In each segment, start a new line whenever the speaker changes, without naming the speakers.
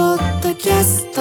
キャスト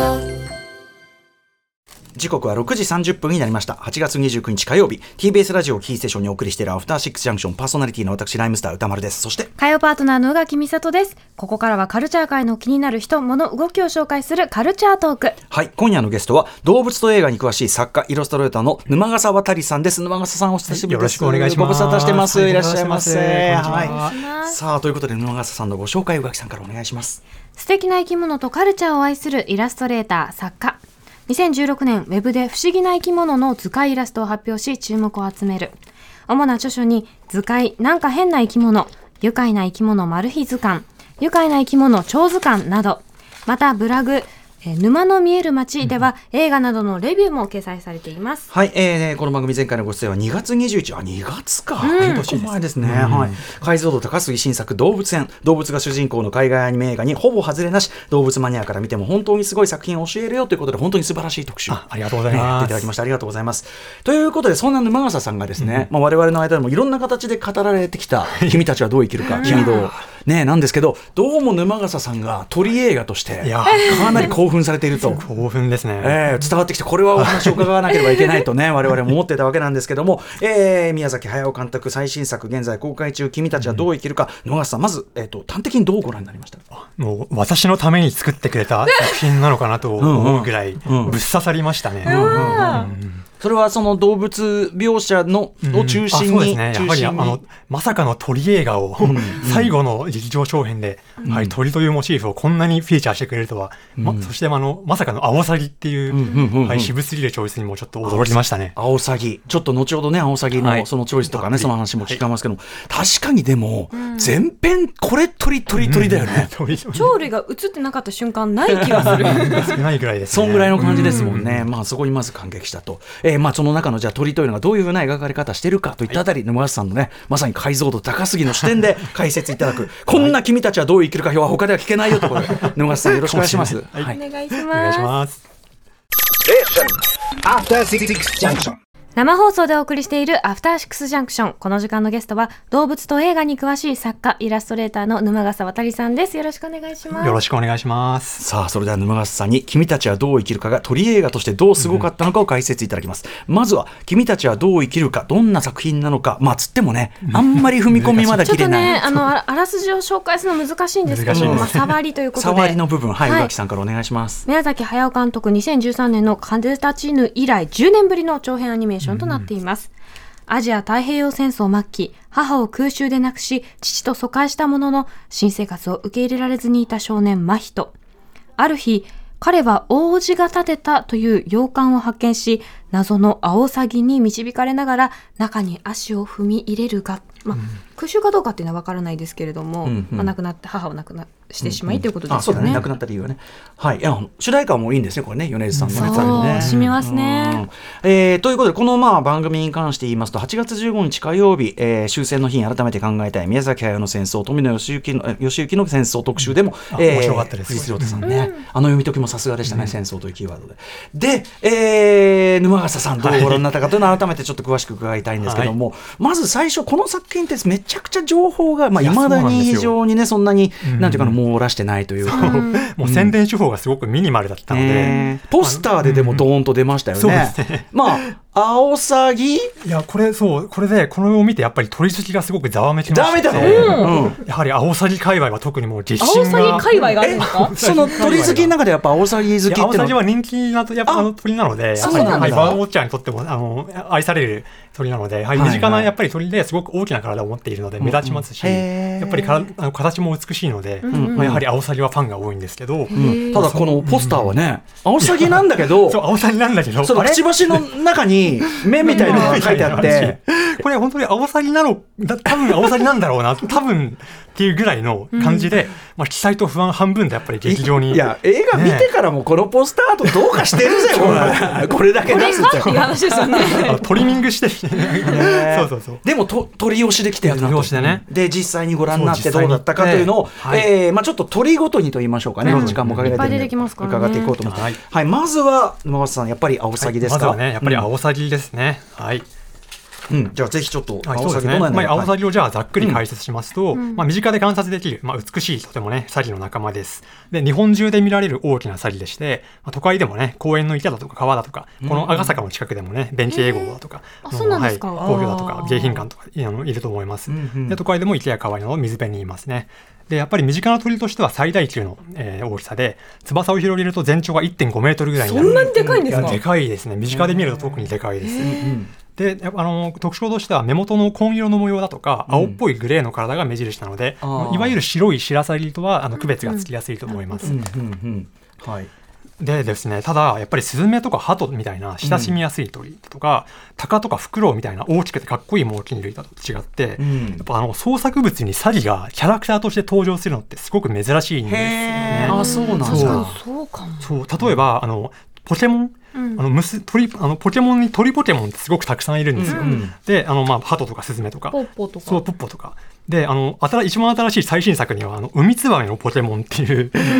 時刻は6時30分になりました8月29日火曜日 TBS ラジオをキーステーションにお送りしているアフターシックスジャンクションパーソナリティの私ライムスター歌丸ですそして
火曜パートナーの宇垣美里です。ここからはカルチャー界の気になる人、物、動きを紹介するカルチャートーク。
はい今夜のゲストは動物と映画に詳しい作家イラストレーターの沼笠渡さんです沼笠さんお久しぶりです、
よろしくお願いします
ご無沙汰してますいらっしゃいませ
こんにちは
はいさあということで沼笠さんのご紹介宇垣さんからお願いします
素敵な生き物とカルチャーを愛するイラストレーター、作家。2016年、ウェブで不思議な生き物の図解イラストを発表し、注目を集める。主な著書に、図解、なんか変な生き物、愉快な生き物マル秘図鑑、愉快な生き物超図鑑など、またブラグ、えー沼の見える街では、映画などのレビューも掲載されています。
はい、えー、この番組前回のご出演は2月21日あ2月か、結構前ですね、はい、解像度高杉新作「動物園」動物が主人公の海外アニメ映画にほぼ外れなし動物マニアから見ても本当にすごい作品を教えるよということで本当に素晴らしい特集
あありがとうございます
ねやっていただきましたありがとうございますということでそんな沼笠さんがですね、まあ、我々の間でもいろんな形で語られてきた「君たちはどう生きるか君どう」ねなんですけどどうも沼笠さんが鳥映画として
いや
かなり興奮されていると
興奮ですね。
えー伝わってきてこれはお話を伺わなければいけないと ね我々も思ってたわけなんですけども、えー宮崎駿監督最新作現在公開中「君たちはどう生きるか」野川さんまず、えー、と端的にどうご覧になりました
もう私のために作ってくれた作品なのかなと思うぐらいぶっ
んうん
刺さりましたね。
それはその動物描写のを中心
あそうで
に、
すね。や
中
はり
心
あ
に
のまさかの鳥映画を最後の劇場長編で、はい、鳥というモチーフをこんなにフィーチャーしてくれるとは、まそしてあのまさかのアオサギっていう、
んうんうんうん
はい、渋すぎるチョイスにもちょっと驚きましたね。
アオサギちょっと後ほどねアオサギ
は
の
い
そのチョイスとかね、
はい
その話も聞かますけども、確かにでも、全編これ鳥鳥鳥だよね、
鳥
鳥類が映ってなかった瞬間ない気がする。
少ないぐらいです、ね。
そんぐらいの感じですもんね、まあ、そこにまず感激したと、えーまあ、その中のじゃあ鳥というのがどういうふうな描かれ方してるかといったあたり、沼津さんのね、まさに解像度高すぎの視点で解説いただく、こんな君たちはどう生きるか表は他では聞けないよと いうことで、沼津さん、よろしくお願いします。
はい
はい
願いし
お願いします。
After Six Junction.
生放送でお送りしているアフターシックスジャンクション。この時間のゲストは動物と映画に詳しい作家、イラストレーターの沼笠渡さんです。よろしくお願いします。
よろしくお願いします。
さあそれでは沼笠さんに「君たちはどう生きるか」が鳥映画としてどうすごかったのかを解説いただきます、まずは「君たちはどう生きるか」どんな作品なのかまあつってもねあんまり踏み込みまだ
ちょっ
切れ
と
ない、
ね、あの、ああらすじを紹介するの難しいんですけ
難しい
ど
で
も、
す
まあ、触りということで。
触りの部分はい宇
はい
垣さんからお願いします
宮崎駿監督2013年の「風立ちぬ」以来10年ぶりの長編アニメーションとなっています、アジア太平洋戦争末期母を空襲で亡くし父と疎開したものの新生活を受け入れられずにいた少年真人ある日彼は王子が建てたという洋館を発見し謎のアオサギに導かれながら中に足を踏み入れるが、まあ、空襲かどうかっていうのは分からないですけれども、
んうん
まあ、亡くなって母を亡くなしてしまいということ
あ
です
そう
よ
だね亡くなった理由はねはいいや主題歌もいいんですねこれね米津さんのね
そう
ね
染みますね
うんえーということでこのまあ番組に関して言いますと8月15日火曜日、えー終戦の日に改めて考えたい宮崎駿の戦争富野義行の義行の戦争特集でも、
あ面白かったです
藤井亮太さんね、あの読み解きもさすがでしたね、戦争というキーワードでで、えー沼笠さんどうご覧になったかというのを改めてちょっと詳しく伺いたいんですけども、まず最初この作品ってめちゃくちゃ情報がまあ
いや
未だ
そうなん
に
ですよ
非常にねそんなに、なんていうかな網羅してないというか。
もう宣伝手法がすごくミニマルだったので、
ねポスターででもドーンと出ましたよね。
そうですね
まあ、アオサギ
いやこれそうこれでこれを見てやっぱり鳥好きがすごくざわめきま
ダメ
して
だろ、うん
やはりアオサギ界隈は特にもう実
アオ
心
サギ
が
界隈があるんですか
その鳥好きの中でやっぱアオサギ好
い
き
やア
っ
オ
て
サギ
のは
は人気なとやっぱ
あ
あの鳥なのでや
そ
っ
う
ぱり
なんだ
はいバードウォッチャーにとってもあの愛される鳥なので、はい
はいはい
身近なやっぱり鳥ですごく大きな体を持っているので目立ちますし、
うんへー
やっぱりからあの形も美しいので、
ん
まあ、やはりアオサギはファンが多いんですけ
う
ど、
んただこのポスターはね、アオサギなんだけど、
そうアオサギなんだけど
その
あ
く
れ
ちばしの中に目みたいなのが書いてあ って、
これ本当にアオサギなの、だ多分アオサギなん だろうな、多分っていうぐらいの感じで、まあ期待と不安半分でやっぱり劇場に。
いや、映画見てからもこのポスターとどうかしてるぜ、これ。これだけ出すって。
っていう話ですよね。
あのトリミングして、そうそうそう。
でもと鳥押しで来てやるなと
鳥押しでね
で実際にご覧になって
そう
どうだったかというのを、
実際にね
えーまあ、ちょっと鳥ごとにと言いましょうかね、時間もかけられてるん
いっぱい
で
出てきますからね
伺っていこうと思って、は
はいい
まずは沼松さんやっぱりアオサギですか、
まずはね、やっぱりア
うん
オサギですね。はい。
うん、じゃあぜひちょっと
はい、
青
そうで
サギ
す
ど
ね。
のよう
ま
な
あ、アオサギをじゃあざっくり解説しますと、
うん
まあ、身近で観察できる、まあ、美しいとてもね、サギの仲間です。で、日本中で見られる大きなサギでして、まあ、都会でもね、公園の池だとか川だとか、この赤坂の近くでもね、弁慶号だとか、
あ
あの
そうなんですか
はい、工業だと
あ
か
ー、
迎賓館とかいあのいると思います。
うんうん
で、都会でも池や川の水辺にいますね。で、やっぱり身近な鳥としては最大級の、えー大きさで、翼を広げると全長が1.5メートルぐらいにな
そ
る。
んなにでかいんです
いや
か
でかいですね。身近で見ると特にでかいです。
うんうん
でやっぱあの特徴としては目元の紺色の模様だとか
うん
青っぽいグレーの体が目印なので、
あー
いわゆる白い白鷺とはあの区別がつきやすいと思います。
うんうんうんはい
でですねただやっぱりスズメとかハトみたいな親しみやすい鳥とか、タカとかフクロウみたいな大きくてかっこいい猛禽類だと違って、
う
や
ん
っぱあの創作物にサギがキャラクターとして登場するのってすごく珍しいんですよ
へ
ね
ー。あそうなんだ
そうそうかも。
そう例えばあのポケモン
うん
あのむす鳥あのポケモンに鳥ポケモンってすごくたくさんいるんですよ。
うんうん
であの、まあ、ハトとかスズメとか
ポッポと
そう、
か。
ポッポとか。で、あの、新一番新しい最新作には、あの、海ツバメのポケモンってい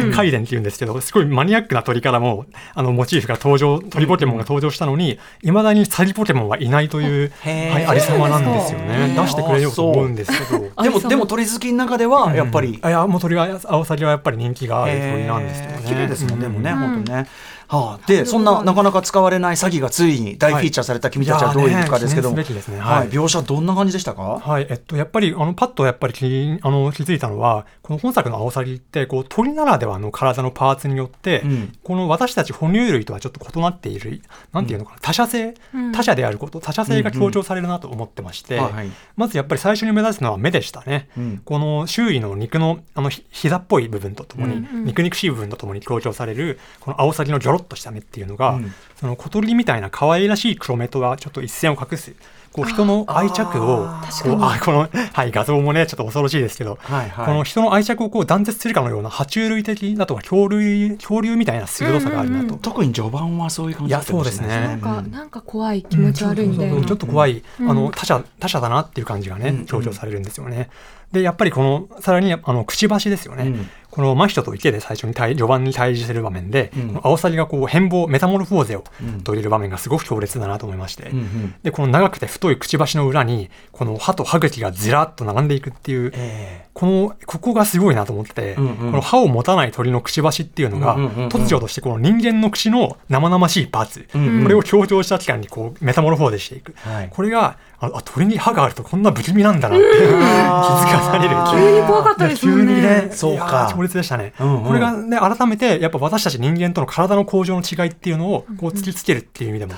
う、 カイデンっていうんですけど、すごいマニアックな鳥からも、あの、モチーフが登場、鳥ポケモンが登場したのに、いまだにサギポケモンはいないという、
へー
はい、ありさまなんですよ
へ
ね。
ー
出してくれようと思うんですけど。
あ
でも
そう
でも鳥好きの中ではやっぱり、
あいや、もう鳥は、アオサギはやっぱり人気がある鳥なんですけど
え
ね
ー。綺麗ですもんね、で
う
もね、
ん
本当ね。はあ、で、そんななかなか使われない詐欺がついに大フィーチャーされた君たちはどういうかですけども、
いやーね記念すべきですね
は、
はいい
描写どんな感じでしたか？
はい、えっと、やっぱり、あの、パッとやっぱり気、あの、気づいたのは、この本作のアオサギって、こう、鳥ならではの体のパーツによって、
うん
この私たち哺乳類とはちょっと異なっている、なんていうのかな、他者性、
うん
他者であること、他者性が強調されるなと思ってまして、
はい、
まずやっぱり最初に目指すのは目でしたね。
うん
この周囲の肉のあのひ膝っぽい部分とともに、
うんうん
肉肉しい部分とともに強調されるこのアオサギのギョロッとした目っていうのが、
うん
その小鳥みたいな可愛らしい黒目とはちょっと一線を隠すこう人の愛着を
あー
こう
確か
あこの、はい、画像もねちょっと恐ろしいですけど、
はいはい
この人の愛着をこう断絶するかのような爬虫類的だとか恐竜恐竜みたいな鋭さがあるなと。
うんうんうん
特に序盤はそういう感じだったかもしれない
い
な
や
ん
そ
かなんか怖い気持ち悪いみたい
そうそうそう
な
ちょっ。と怖い、
うん
あの他者他者だなっていう感じが
うんう
ね
ん
強調されるんですよね。でやっぱりこのさらにあのくちばしですよね、
うん
この真人と池で最初に対序盤に対峙する場面で、
うん
このアオサギがこう変貌メタモルフォーゼを
うん
取り入れる場面がすごく強烈だなと思いまして、
うんうん
でこの長くて太いくちばしの裏にこの歯と歯茎がずらっと並んでいくっていう
え
このここがすごいなと思ってて、
うんうん
この歯を持たない鳥のくちばしっていうのが、
うんうんうんうん
突如としてこの人間の口の生々しいパーツ、
うんうん
これを強調した期間にこうメタモルフォーゼしていく、
はい
これがああ鳥に歯があるとこんな不気味なんだなって気づかされる
あー
急に怖かったですもんね
いや急に
そうか
いやー強烈でしたね、
うんうん
これがね改めてやっぱ私たち人間との体の向上の違いっていうのをこう突きつけるっていう意味でも、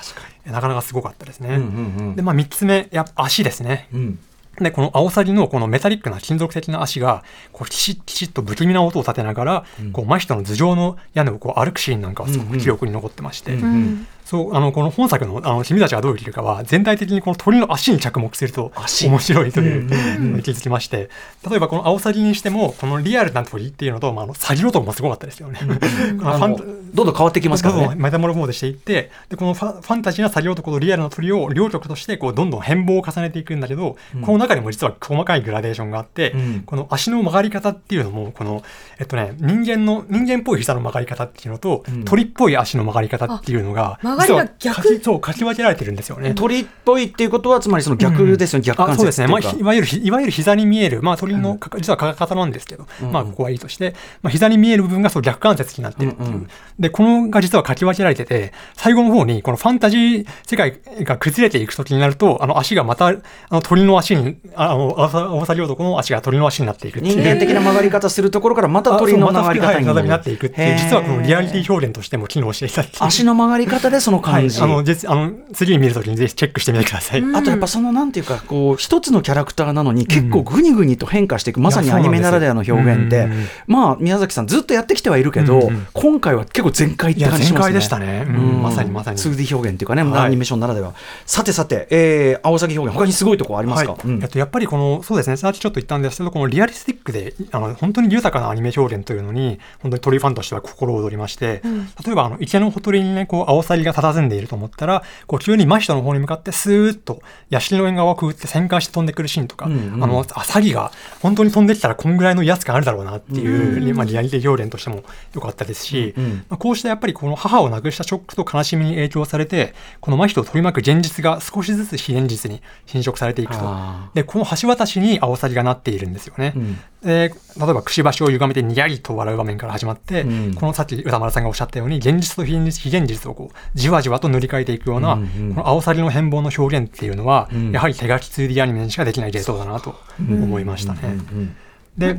なかなかすごかったですね、
えうんうんうん
でまあ3つ目やっぱ足ですね
うん
で、このアオサギのこのメタリックな金属的な足が、こう、きちっきちっと不気味な音を立てながら、
うん
こう、真人の頭上の屋根をこう歩くシーンなんかはすごく記憶に残ってまして、
うん
うん
そう、あの、この本作の、あの、君たちがどう生きるかは、全体的にこの鳥の足に着目すると、
足
面白いとい
う
う
んうんうん
のに気づきまして、例えばこのアオサギにしても、このリアルな鳥っていうのと、まあ、あの、サギ男もすごかったですよね。 この
あ
ファ
の
ン
どんどん変わってきますか
どん
ら
どん
ね。
メタモルフォーゼしていってでこのファファンタジーな作業男とリアルな鳥を両極としてこうどんどん変貌を重ねていくんだけど、
うん
この中にも実は細かいグラデーションがあって、
うん
この足の曲がり方っていうのもこのえっとね人間の人間っぽい膝の曲がり方っていうのと、
うん
鳥っぽい足の曲がり方っていうのが
あ曲がりが
実は
逆
書きそう書き分けられてるんですよね。
鳥っぽいっていうことはつまりその逆ですよね、逆
あ
関
そ
節
うで
ってい
すね、
うか
まあ、ひいわゆるひいわゆる膝に見える、まあ、鳥のか、実はかか方なんですけど、
うん
まあ、ここはいいとして、まあ、膝に見える部分がそう逆関節になってるっていう、
うんうん
でこのが実は書き分けられてて最後の方にこのファンタジー世界が崩れていく時になるとあの足がまたあの鳥の足にああのアオサリ男の足が鳥の足になっていくっていう
人間的な曲がり方するところからまた鳥の曲がり
あそ
方
う
に
またはい体になっていくっていう実はこのリアリティ表現としても機能していたっていう
足の曲がり方でその
は
感
い
じ、
あの実あの次に見るときにぜひチェックしてみてください。
うん
あとやっぱそのなんていうかこう一つのキャラクターなのに結構グニグニと変化していく、まさにアニメならではの表現で
うんうんうん
まあ宮崎さんずっとやってきてはいるけど、
うんうん
今回は結構全開っ
い
て
や
感じし
全
ますね。
開でしたね、うん
うん
まさにまさに。
2D 表現っていうかね、
はい
アニメーションならではさてさて、えー、青崎表現他にすごいとこありますか、
はい
うん
えっと、やっぱりこのそうですねさっきちょっと言ったんですけどこのリアリスティックであの本当に豊かなアニメ表現というのに本当に鳥ファンとしては心躍りまして、
うん
例えばあの池のほとりにねこうアオサギが佇んでいると思ったらこう急に真人の方に向かってスーッとヤシの縁側をくぐって旋回して飛んでくるシーンとか、
うんうん
あのあサギが本当に飛んできたらこんぐらいの威圧感あるだろうなっていう、
うん
まあ、リアリティ表現としても良かったですし、
うん
まあ、こうしたやっぱりこの母を亡くしたショックと悲しみに影響されて、この真人を取り巻く現実が少しずつ非現実に侵食されていくと
あ。
で、この橋渡しにアオサギがなっているんですよね。
うん
で例えば、くしばしを歪めてにやりと笑う場面から始まって、
うん
このさっき歌丸さんがおっしゃったように、現実と非現実非現実をこうじわじわと塗り替えていくような、
うんうん
このアオサギの変貌の表現っていうのは、
うん
やはり手書き 2D アニメにしかできない芸当だなと思いましたね。
うん
で、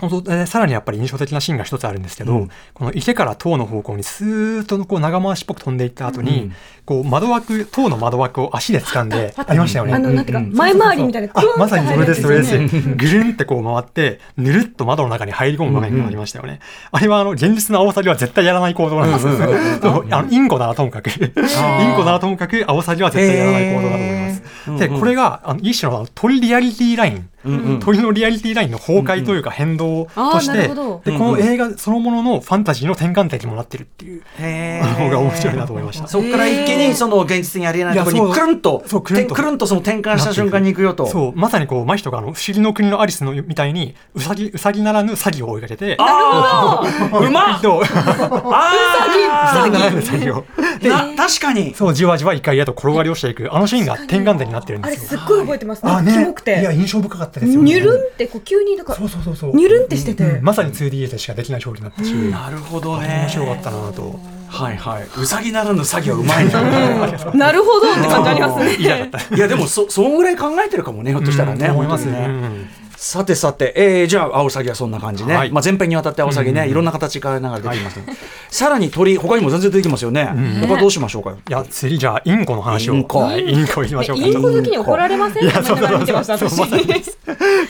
本当えーさらにやっぱり印象的なシーンが一つあるんですけど、
うん
この池から塔の方向にスーッとこう長回しっぽく飛んでいった後に、
うん
こう窓枠、塔の窓枠を足で掴んで、ありましたよね。
あの、なんていうか、
うん
前回りみたいな、
あ
クーンって
まさにそれです、そ
入
れ
る
で
やつ
す。ぐるんってこう回って、ぬるっと窓の中に入り込む場面がありましたよね。あれはあの、現実のアオサギは絶対やらない行動なんですよ。そう あのインコならともかく、インコならともかく、アオサギは絶対やらない行動だと思います
へー。
で、
うんうん
これが、あの一種のあの鳥リアリティライン。
うんうん
鳥のリアリティラインの崩壊というか変動とし
あーな
て、
るほど
でこの映画そのもののファンタジーの転換点にもなってるっていう
へ
あの
ー
方が面白いなと思いました
そこから一気
へー
にその現実にありえないところ
いや
に
そう
くるんと
そうくるんと
てくるんとその転換した瞬間に行くよと。
そうまさにこう真人があの「不思議の国のアリスの」みたいにうさぎうさぎならぬ詐欺を追いかけて
ああうまっ
どう
あ
詐欺なら
ー
ぬ詐欺を
な確かに
そうじわじわ怒りへと転がりをしていくあのシーンが転換点になってるん
あ
で
れ、
す
す
よ
っごい覚えてます。なんかキモく
いや
て。
印象深かったですよね
にゅるんって、こう、急に、なんか
そ、うそうそうそう
にゅるんってしてて
うんまさに 2D でしかできない表現だったし
なるほどね
面白かったなと
はいはいうさぎならぬ詐欺はうまいね
なるほどって感じありますね。
いやでもそそんぐらい考えてるかもねひょっとしたらね、
うん思います
本当に
ね
ねさてさて、えーじゃあアオサギはそんな感じね、
はい
まあ、前編にわたってアオサギね、いろんな形変えながら出てきますね、さらに鳥他にも全然出てきますよね、他どうしましょうか
いや、次じゃあ、インコの話を。
インコ
はいインコ行きましょうか。
インコ好きに怒られません
い
っ
や
て
そう
思いながら見てました、
そう
私。
そうまさに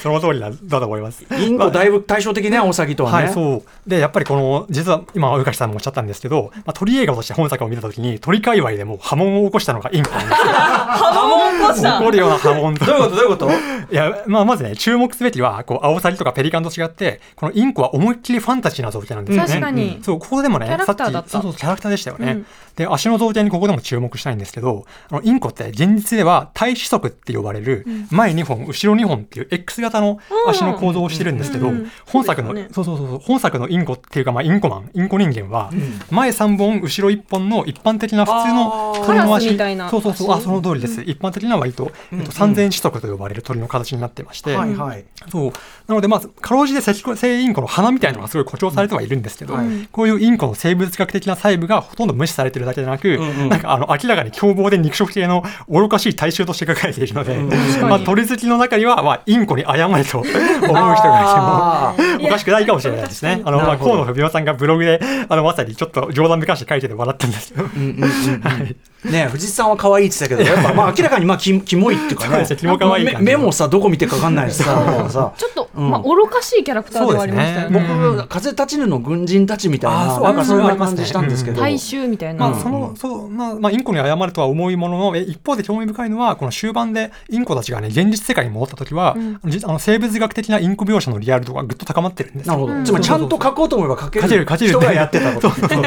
その通りだだと思います。
インコだいぶ対照的ねアオサギとは
は
ね、
い、そう。で、やっぱりこの、実は今、宇垣さんもおっしゃったんですけど、まあ、鳥映画として本作を見たときに、鳥界隈でもう波紋を起こしたのがインコなんですよ。
波紋起こした
起こるような波紋と。
どういうことどういうこと
いや、まあ、まずね、注目すべきは、こう、アオサギとかペリカンと違って、このインコは思いっきりファンタジーな造形なんですよね。
確かに
そう、ここでもね、
キャラクターだ
さ
っ
き
た
そうそう、キャラクターでしたよね。
うん
で、足の造形にここでも注目したいんですけど、あの、インコって現実では、体四足って呼ばれる、前2本、後ろ2本っていう X 型の足の構造をしてるんですけど、
うんうん
本作の、
そうですよね
そうそうそうそう、本作のインコっていうか、まあ、インコマン、インコ人間は、前3本、後ろ1本の一般的な普通の鳥の
カラス
足。
みたいな
そうそうそう、あ、
足
その通りです。一般的な割と、えっと、三千四足と呼ばれる鳥の形になってまして、
はいはい
そう。なので、まず、かろうじてセキセイインコの鼻みたいなのがすごい誇張されてはいるんですけど、
はい
こういうインコの生物学的な細部がほとんど無視されてるだけでなく、
んうん
なんか、あの、明らかに凶暴で肉食系の愚かしい大衆として描かれているので、
確
かに
まあ、鳥好きの中には、まあ、インコに謝れと思う人がいても、
あー
おかしくないかもしれないですね。あの、ま
な
あ、
るほど
河野文夫さんがブログで、あの、まさにちょっと冗談めかして書いてて笑ったんですけど、
うんうんうんうんねえ藤井さんは可愛いって言ってたけどやっぱまあ明らかにまあキキモいっていうか
そうで
ね
すねキモ可愛い感じ
目目もさどこ見てかわかんないしささ
ちょっと、
うん
まあ、愚かしいキャラクターではありましたよ
そうです
ね。
ね
僕風立ちぬの軍人たちみたい
あー
な
そう
なんかそん
あ
な
りま
感
すね
じしたんですけど
大衆みたいな。
ま
う
あ、
ん
その、そう、まあ、まあ、インコに謝るとは思いものの、え一方で興味深いのは、この終盤で、インコたちがね、現実世界に戻った時は、じあの、生物学的なインコ描写のリアル度がぐっと高まってるんです
な
よ。
るほどつまりちゃんと書こうと思えば書け
勝てる、
る
勝てる
人がやってたこと
そうそうそう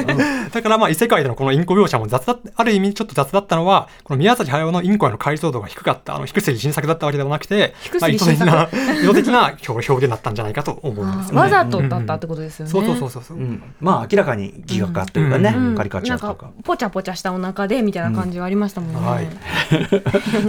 だから、まあ、異世界でのこのインコ描写も雑だっ、ある意味ちょっと雑だったのは、この宮崎駿のインコへの解像度が低かった、あの、低すぎ新作だったわけではなくて、
低
まあ、
杉
意図
晋
的
作
な、 意図的な表現だったんじゃないかと思うんですよね。
わざとだったってことですよね。
そうそうそうそうそう。
うんまあ明らかにギガ化というかね、
うん
カリカチュアとか
なん。かポチャポチャしたお腹でみたいな感じはありましたもんね。
うんはい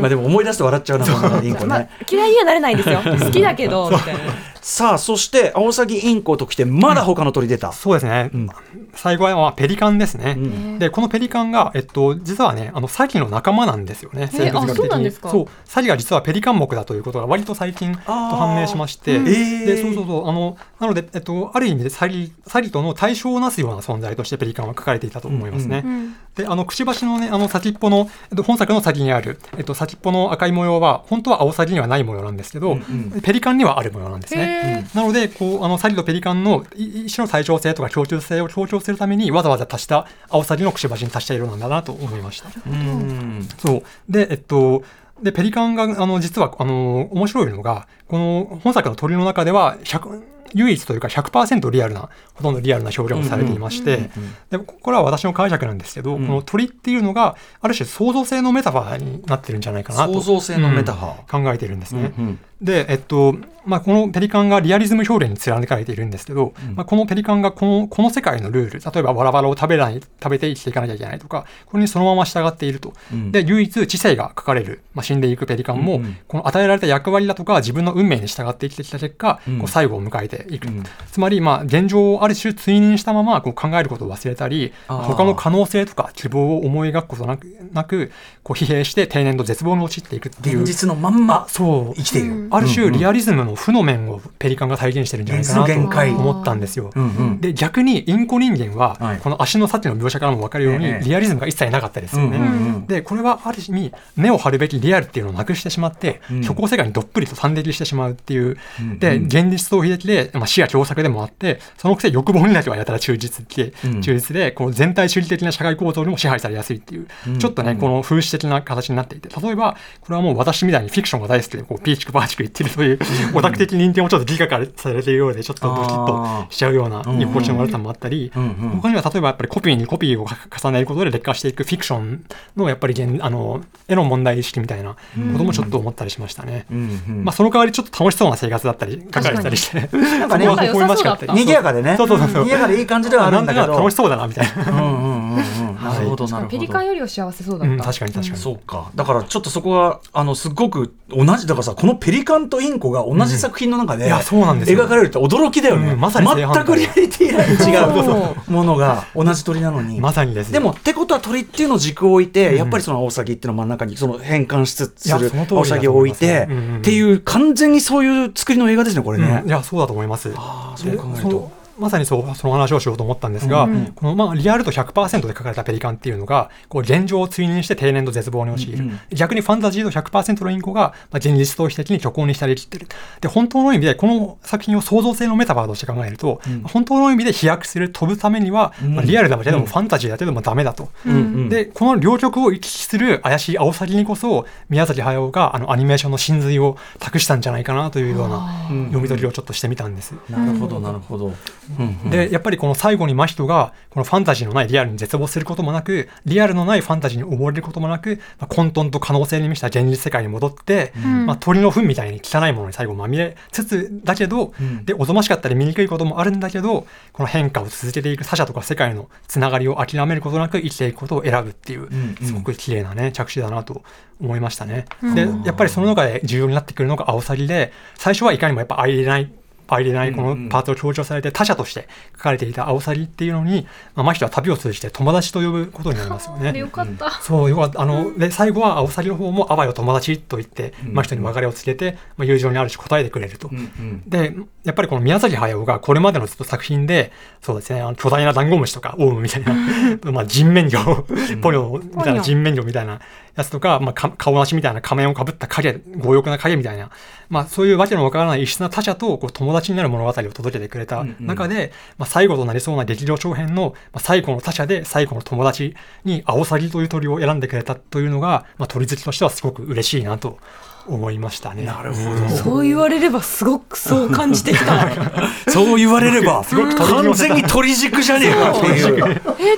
まあでも思い出すと笑っちゃうな、このインコ
まあ
ね。、
嫌いにはなれないですよ。好きだけど、みたいな。
さあ、そして、アオサギインコときて、まだ他の鳥出た。
そうですね、
ん
最後はまあペリカンですね、
ん
でこのペリカンが、えっと、実はねあのサギの仲間なんですよね生物
あ
学
そう
的
なん
に
ですか
そうサギが実はペリカン目だということが割と最近と
あー
判明しまして、
うんえー
でそうそうそうあのなので、えっと、ある意味でサギサギとの対象をなすような存在としてペリカンは書かれていたと思いますね、
うん
であのくちばしのねあの先っぽの、えっと、本作の先にある、えっと、先っぽの赤い模様は本当はアオサギにはない模様なんですけど、
ん
ペリカンにはある模様なんですね。
へ
なので、こう、あの、サリとペリカンのい一種の対称性とか共通性を強調するために、わざわざ足した、青サギのくしばしに足した色なんだなと思いました。
うん
そう。で、えっと、で、ペリカンが、あの、実は、あの、面白いのが、この本作の鳥の中では、100唯一というか100%リアルなほとんどリアルな表現をされていまして、でここれは私の解釈なんですけど、
うん
この鳥っていうのがある種創造性のメタファーになってるんじゃないかなと
創造性のメタファー
うん考えてるんですね。
うん
で、えっとまあ、このペリカンがリアリズム表現に貫かれているんですけど、
うん
まあ、このペリカンがこのこの世界のルール例えばバラバラを食べない食べて生きていかなきゃいけないとかこれにそのまま従っていると、
うん
で唯一知性が書かれる、まあ、死んでいくペリカンも、
うんうん
この与えられた役割だとか自分の運命に従って生きてきた結果、
うん
こう最後を迎えていく、
うん
つまりまあ現状をある種追認したままこう考えることを忘れたり
あー
他の可能性とか希望を思い描くことなくなくこう疲弊して定年と絶望に陥っていくっていう
現実のまんま
そう
生きている、
うん
ある
うん
種
うん
リアリズムの負の面をペリカンが体現してるんじゃない
現実
か
の限
な
界
と思ったんですよ。
うんうん
で逆にインコ人間
は
はいこの足の先の描写からも分かるように
ええ
リアリズムが一切なかったですよ
うん
ね。
うんうん
でこれはある意味目を張るべきリアルっていうのをなくしてしまって
うん
虚構世界にどっぷりと散劇してしまうっていう
うん
で
うん
現実と悲劇で、まあ、視野狭窄でもあってそのくせ欲望にだけはやたら忠実で、
うん
忠実でこの全体主義的な社会構造にも支配されやすいっていう、
うん
ちょっとね
うん
この風刺的な形になっていて例えばこれはもう私みたいにフィクションが大好きでこうピーチクパーチク言ってるというオタク的認定もちょっと美化されているようでちょっとドキッとしちゃうような
ー
居心地の悪さもあったり。
うんうん
他には例えばやっぱりコピーにコピーを重ねることで劣化していくフィクションのやっぱり現あの絵の問題意識みたいなこともちょっと思ったりしましたね。
うんうん
まあ、その代わりちょっと楽しそうな生活だったり書かれてたりして なん
かね
微笑ましかったり
賑やかでね
そうそうそうそう
賑やかでいい感じではあるんだけ
なん
ど
か楽しそうだなみたいな、
うんうんうんうんなるほどなるほど
ペリカンよりは幸せそうだ
う
っ
ん、
た。
確かに確かに
そうかだからちょっとそこはあのすごく同じだからさこのペリカンとインコが同じ作品の中で,、
うんいやそうなんですよ
描かれるって驚きだよね、
うんまさに正反
全
対
くリアリティライン
そう
違うものが同じ鳥なのに
まさにです
でもってことは鳥っていうのを軸を置いて、やっぱりそのアオサギっていうのを真ん中にその変換しつつ
いや
する
その通
アオ
りだと思います
サギを置いて、
うんうんうん
っていう完全にそういう作りの映画ですねこれね
うんい。やそうだと思います
ああそう
で
考える
そ
と
の。まさにそうその話をしようと思ったんですが、
うん
うん
このまあリアルと100%で書かれたペリカンっていうのがこう現状を追認して定年と絶望に陥る、
うんうん
逆にファンタジーと100%のインコが、まあ、現実逃避的に虚構にしたりきってるで本当の意味でこの作品を創造性のメタバーとして考えると、
うん
本当の意味で飛躍する飛ぶためには、まあ、リアルだけで
うん
もファンタジーだけでもダメだと、
うん
うん
でこの両極を行き来する怪しいアオサギにこそ宮崎駿があのアニメーションの真髄を託したんじゃないかなというような
あ
うん
読み取りをちょっとしてみたんです。
なるほどなるほど。うんうん
でやっぱりこの最後に真人がこのファンタジーのないリアルに絶望することもなくリアルのないファンタジーに溺れることもなく、まあ、混沌と可能性に満ちた現実世界に戻って、
うん
まあ、鳥の糞みたいに汚いものに最後まみれつつだけど、
うん
でおぞましかったり醜いこともあるんだけどこの変化を続けていく他者とか世界のつながりを諦めることなく生きていくことを選ぶっていう、
んうん
すごく綺麗なね着手だなと思いましたね。
うん
でやっぱりその中で重要になってくるのがアオサギで最初はいかにもやっぱ相入れない相入れないこ
うんうん
のパーツを強調されて他者として書かれていたアオサギっていうのに、まあ、真人は旅を通じて友達と呼ぶことになりますよ
あれよ
ね。
かった。
そうよかったあので最後はアオサギの方も「あわよ友達」と言って
うん
真人に別れを告げて、まあ、友情にある種答えてくれると。
うんうん
で、やっぱりこの宮崎駿がこれまでのずっと作品で、そうですね、あの巨大なダンゴムシとか、オウムみたいな、まあ人面魚、ポニョみたいな人面魚みたいなやつとか、まあか顔なしみたいな仮面をかぶった影、強欲な影みたいな、まあそういうわけのわからない異質な他者とこう友達になる物語を届けてくれた中で、まあ最後となりそうな劇場長編の、まあ、最後の他者で最後の友達にアオサギという鳥を選んでくれたというのが、まあ鳥好きとしてはすごく嬉しいなと思いましたね。
なるほど
うん
そう言われればすごくそう感じてきた。
そう言われれば
すごく鳥に
完
寄せた
全に鳥軸じゃねえかっていう。
え、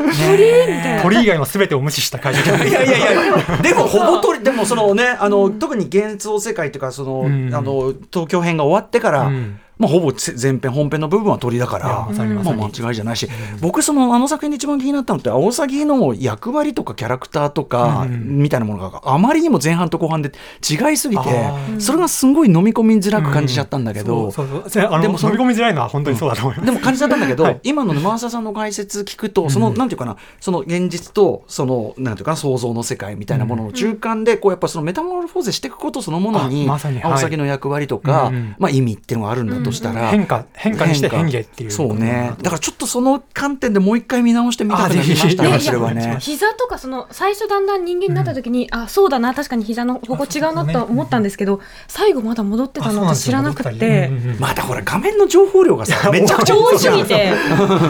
鳥みたいな。
鳥以外の全てを無視した解釈
いやい やいや、でもほぼ鳥、でもそのね、あの、特に幻想世界というか、その、
うん
あの、東京編が終わってから、
うん
まあ、ほぼせ前編、本編の部分は鳥だか
い
ら
や、まさにま
もう
さに
間違いじゃないし、僕、その、あの作品で一番気になったのって、アオサギの役割とかキャラクターとか、
うん
みたいなものがあまりにも前半と後半で違いすぎて
あ、ー
それがすごい飲み込みづらく感じちゃったんだけど、
そうそうそうあの
で
で
も
も
その
飲み込みづらいのは本当にそうだと思います。
でも感じちゃったんだけど、
はい
今の沼浅さんの解説聞くと、その、
うん
なんていうかな、その現実と、その、なんていうかな、想像の世界みたいなものの中間で、こう、やっぱそのメタモルフォーゼしていくことそのものに、
あまさにはい
青崎の役割とか、
うん
まあ意味っていうのがあるんだとしたら、
変化変化にして変化
化
っていう
そうね。だからちょっとその観点でもう一回見直してみたくなりま
あぜひ
した
い
ね、
や
それはね。
膝とかその最初だんだん人間になった時に、あそうだな確かに膝のここ違うなと思ったんですけど、最後まだ戻ってたの私知らなくて、
またほ ら、画面の情報量がさ、めちゃくちゃ
超
多
多
いじ
す
ゃん
ぎて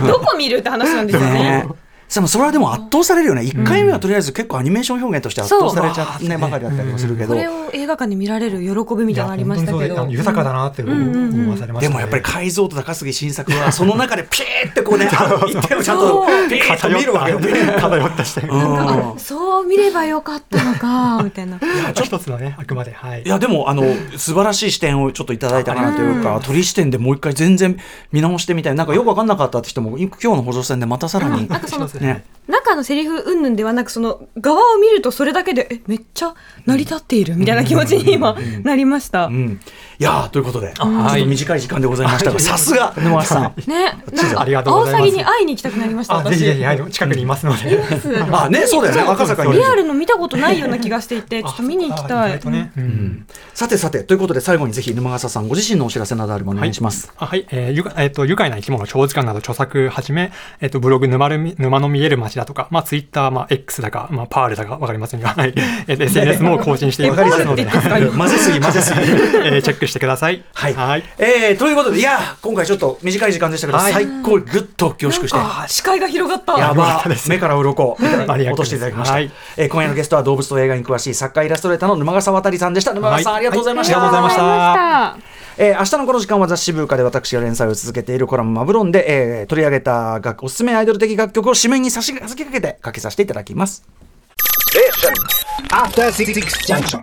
どこ見るって話なんですよね。
でもそれはでも圧倒されるよね、1回目はとりあえず結構アニメーション表現として圧倒されちゃっ
そう
ねばかりだったりもするけど。
これを映画館で見られる喜びみたいなのありましたけ
いや本当にそうであ
ど
の豊かだなって思わされまし
で
たね
もやっぱり改造と高杉晋作はその中でピーってこうねあの一点をちゃんとピーッと
偏っ
見るわけよね。
た偏った視点
うん
あそう見ればよかったのかみたいな
一つのねあくまではい
いやでもあの素晴らしい視点をちょっといただいたかなというか、鳥視点でもう一回全然見直してみたいなんかよく分かんなかったって人も今日の補助線でまたさらに、
なんかその
ね、
中のセリフ云々ではなくその側を見るとそれだけでえめっちゃ成り立っているみたいな気持ちに今なりました
う
ね
ん、いやーということで、
はい
ちょっと短い時間でございましたが、さすが沼橋さん。
なんか
ありがとう
青
ござい
サ
ます
ギに会いに行きたくなりました
あ
私
ぜひぜひはい近くにいますので
あねそうだよね赤坂に
リアルの見たことないような気がしていてちょっと見に行き
あ
た
意
い
外とねうん
さてさてということで最後にぜひ沼笠さんご自身のお知らせなどあればお願いします。
あはい、えーゆかえっと愉快な生き物長時間など著作はじめ、えっとブログ沼るみ沼の見える街だとか、まあ、ツイッター、まあ、X だか、まあ、パールだかわかりませんが、はいえっ と SNS も更新していますので、
混ぜすぎ混ぜすぎ。
えーチェックしてください。
はい、えーということでいやー今回ちょっと短い時間でしたけど、
はい
最高にぐっと凝縮して
なんか視界が広がった
や
よか
ば
ったです
目から鱗みたいな
マニアッ
落と
クです
していただきました、
はい
えー今夜のゲストは動物と映画に詳しい作家イラストレーターの沼笠渡さんでした沼笠さん、
は
あ
い
りがとうございました、
ありがとうございました
ありがとうございまし
えー明日のこの時間は雑誌ブーカで私が連載を続けているコラムマブロンで、えー取り上げた楽おすすめアイドル的楽曲を紙面に差し先かけてかけさせていただきます
After Six Junction.